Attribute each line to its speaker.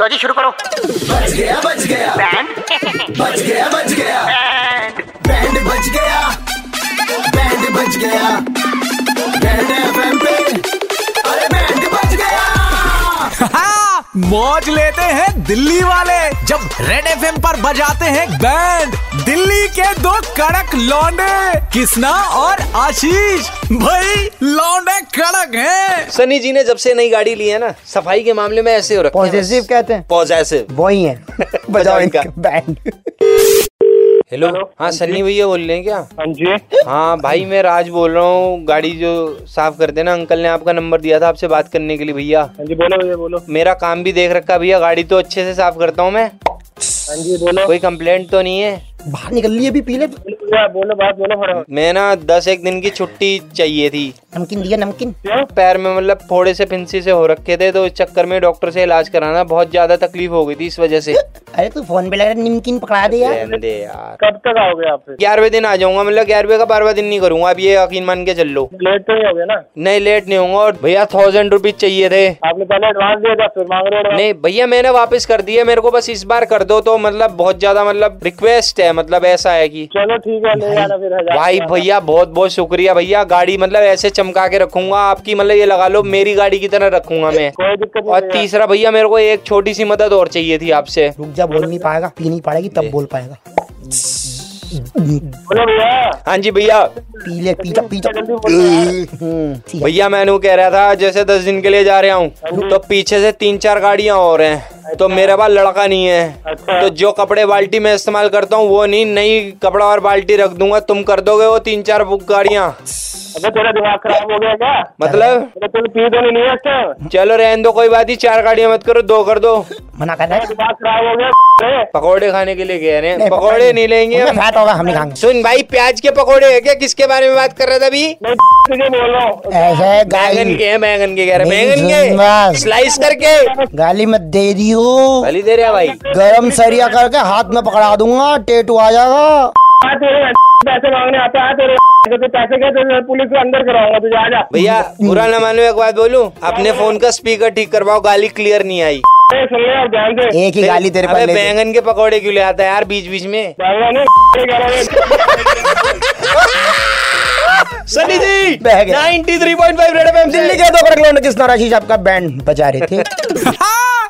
Speaker 1: लो जी शुरू करो
Speaker 2: बच गया बच गया
Speaker 1: बैंड
Speaker 2: बच गया बच गया
Speaker 1: बैंड
Speaker 2: बैंड बच गया बैंड बच गया बैंड एफएम पे अरे बैंड बच गया
Speaker 3: हाँ, मौज लेते हैं दिल्ली वाले जब रेड एफ पर बजाते हैं बैंड दिल्ली के दो कड़क लौंडे किसना और आशीष भाई लौंडे कड़क हैं
Speaker 4: सनी जी ने जब से नई गाड़ी ली है ना सफाई के मामले में ऐसे हो रखा
Speaker 5: पॉजिटिव कहते हैं
Speaker 4: पॉजिटिव
Speaker 5: वही है बजाओ इनका बैंड
Speaker 4: हेलो हाँ सनी भैया बोल रहे हैं क्या
Speaker 6: हाँ जी
Speaker 4: हाँ भाई मैं राज बोल रहा हूँ गाड़ी जो साफ करते हैं ना अंकल ने आपका नंबर दिया था आपसे बात करने के लिए भैया
Speaker 6: हाँ जी बोलो भैया बोलो
Speaker 4: मेरा काम भी देख रखा है भैया गाड़ी तो अच्छे से साफ करता हूँ मैं
Speaker 6: हाँ जी बोलो
Speaker 4: कोई कंप्लेंट तो नहीं है
Speaker 5: बाहर निकल लिए भी पी ले
Speaker 6: बोलो भैया बोलो बात बोलो फटाफट
Speaker 4: मैं ना दस एक दिन की छुट्टी चाहिए थी
Speaker 5: नमकीन दिया नमकीन
Speaker 6: हाँ।
Speaker 4: पैर में मतलब थोड़े से फिंसी से हो रखे थे तो इस चक्कर में डॉक्टर से इलाज कराना बहुत ज्यादा तकलीफ हो गई थी इस वजह से
Speaker 5: अरे तू फोन पे लग रहा है निमकीन पकड़ा दे यार
Speaker 4: रहने दे यार
Speaker 6: कब तक आओगे आप फिर
Speaker 4: ग्यारहवें दिन आ जाऊंगा मतलब ग्यारहवें का बारहवा दिन नहीं करूंगा आप ये यकीन मान के चल लो
Speaker 6: लेट तो नहीं हो गया ना
Speaker 4: नहीं लेट नहीं होगा और भैया थाउजेंड रुपीज चाहिए थे
Speaker 6: आपने पहले एडवांस दिया था फिर मांग रहे हो advance।
Speaker 4: नहीं भैया मैंने वापस कर दिए मेरे को बस इस बार कर दो तो मतलब बहुत ज्यादा मतलब रिक्वेस्ट है मतलब ऐसा है कि
Speaker 6: चलो ठीक है ले जाना फिर हजार
Speaker 4: भाई
Speaker 6: रुपया।
Speaker 4: भैया बहुत बहुत शुक्रिया भैया गाड़ी मतलब ऐसे चमका के रखूंगा आपकी मतलब ये लगा लो मेरी गाड़ी की तरह रखूंगा मैं
Speaker 6: कोई दिक्कत नहीं
Speaker 4: और
Speaker 6: भैया।
Speaker 4: तीसरा भैया मेरे को एक छोटी सी मदद और चाहिए थी आपसे
Speaker 5: रुक जा बोल नहीं पाएगा पी नहीं पाएगी तब बोल पाएगा
Speaker 6: बोलो भैया
Speaker 4: हाँ जी भैया
Speaker 5: पी ले पी जा पी जा
Speaker 6: जल्दी बोलो यार।
Speaker 5: हम्म, ठीक है।
Speaker 4: भैया मैं इन्हें कह रहा था जैसे दस दिन के लिए जा रहा हूँ तो पीछे से तीन चार गाड़ियाँ और हैं तो मेरे पास लड़का नहीं है
Speaker 6: अच्छा।
Speaker 4: तो जो कपड़े बाल्टी में इस्तेमाल करता हूँ वो नहीं नई कपड़ा और बाल्टी रख दूंगा तुम कर दोगे वो तीन चार गाड़ियाँ
Speaker 6: अबे तेरा दिमाग खराब हो गया क्या
Speaker 4: मतलब
Speaker 6: अबे तुम पी तो नहीं लिया क्या
Speaker 4: चलो रहने दो कोई बात नहीं चार गाड़ियाँ मत करो दो कर दो
Speaker 5: मना कर रहा है
Speaker 6: दिमाग खराब हो गया
Speaker 4: पकौड़े खाने के लिए कह रहे हैं
Speaker 5: नहीं,
Speaker 4: पकौड़े नहीं लेंगे
Speaker 5: उनमें
Speaker 4: हम
Speaker 5: फैट होगा हम नहीं खाएंगे
Speaker 4: सुन भाई प्याज के पकौड़े है क्या किसके बारे में बात कर रहा था अभी
Speaker 6: मैं तुझे बोल रहा हूँ
Speaker 5: ऐसे
Speaker 4: बैंगन
Speaker 5: गाली
Speaker 4: के हैं बैंगन के कह रहे
Speaker 5: नहीं
Speaker 4: बैंगन के
Speaker 5: सुनवास।
Speaker 4: स्लाइस करके
Speaker 5: गाली मत दे दी हो
Speaker 4: भली दे रहा भाई
Speaker 5: गरम सरिया करके हाथ में पकड़ा दूंगा टेटू आ जाएगा
Speaker 6: आ तेरे पैसे मांगने आता है तेरे तो तू पैसे क्या तुझे पुलिस को अंदर कराऊंगा तुझे आ जा
Speaker 4: भैया बुरा ना मानो एक बात बोलूं अपने फोन का स्पीकर ठीक करवाओ गाली क्लियर नहीं आई
Speaker 6: ए, सुन ले और ध्यान से
Speaker 5: एक ही गाली तेरे
Speaker 4: अबे
Speaker 5: पर ले दे।
Speaker 4: बैंगन के पकौड़े क्यों ले आता है यार बीच बीच में
Speaker 6: भागना नहीं ये कह रहा है
Speaker 4: सनी जी
Speaker 5: बह गया।
Speaker 4: 93.5 रेड एफएम
Speaker 5: दिल्ली के दो कड़क लौंडे किस नाराशी आपका बैंड बजा रहे थे
Speaker 3: हाँ,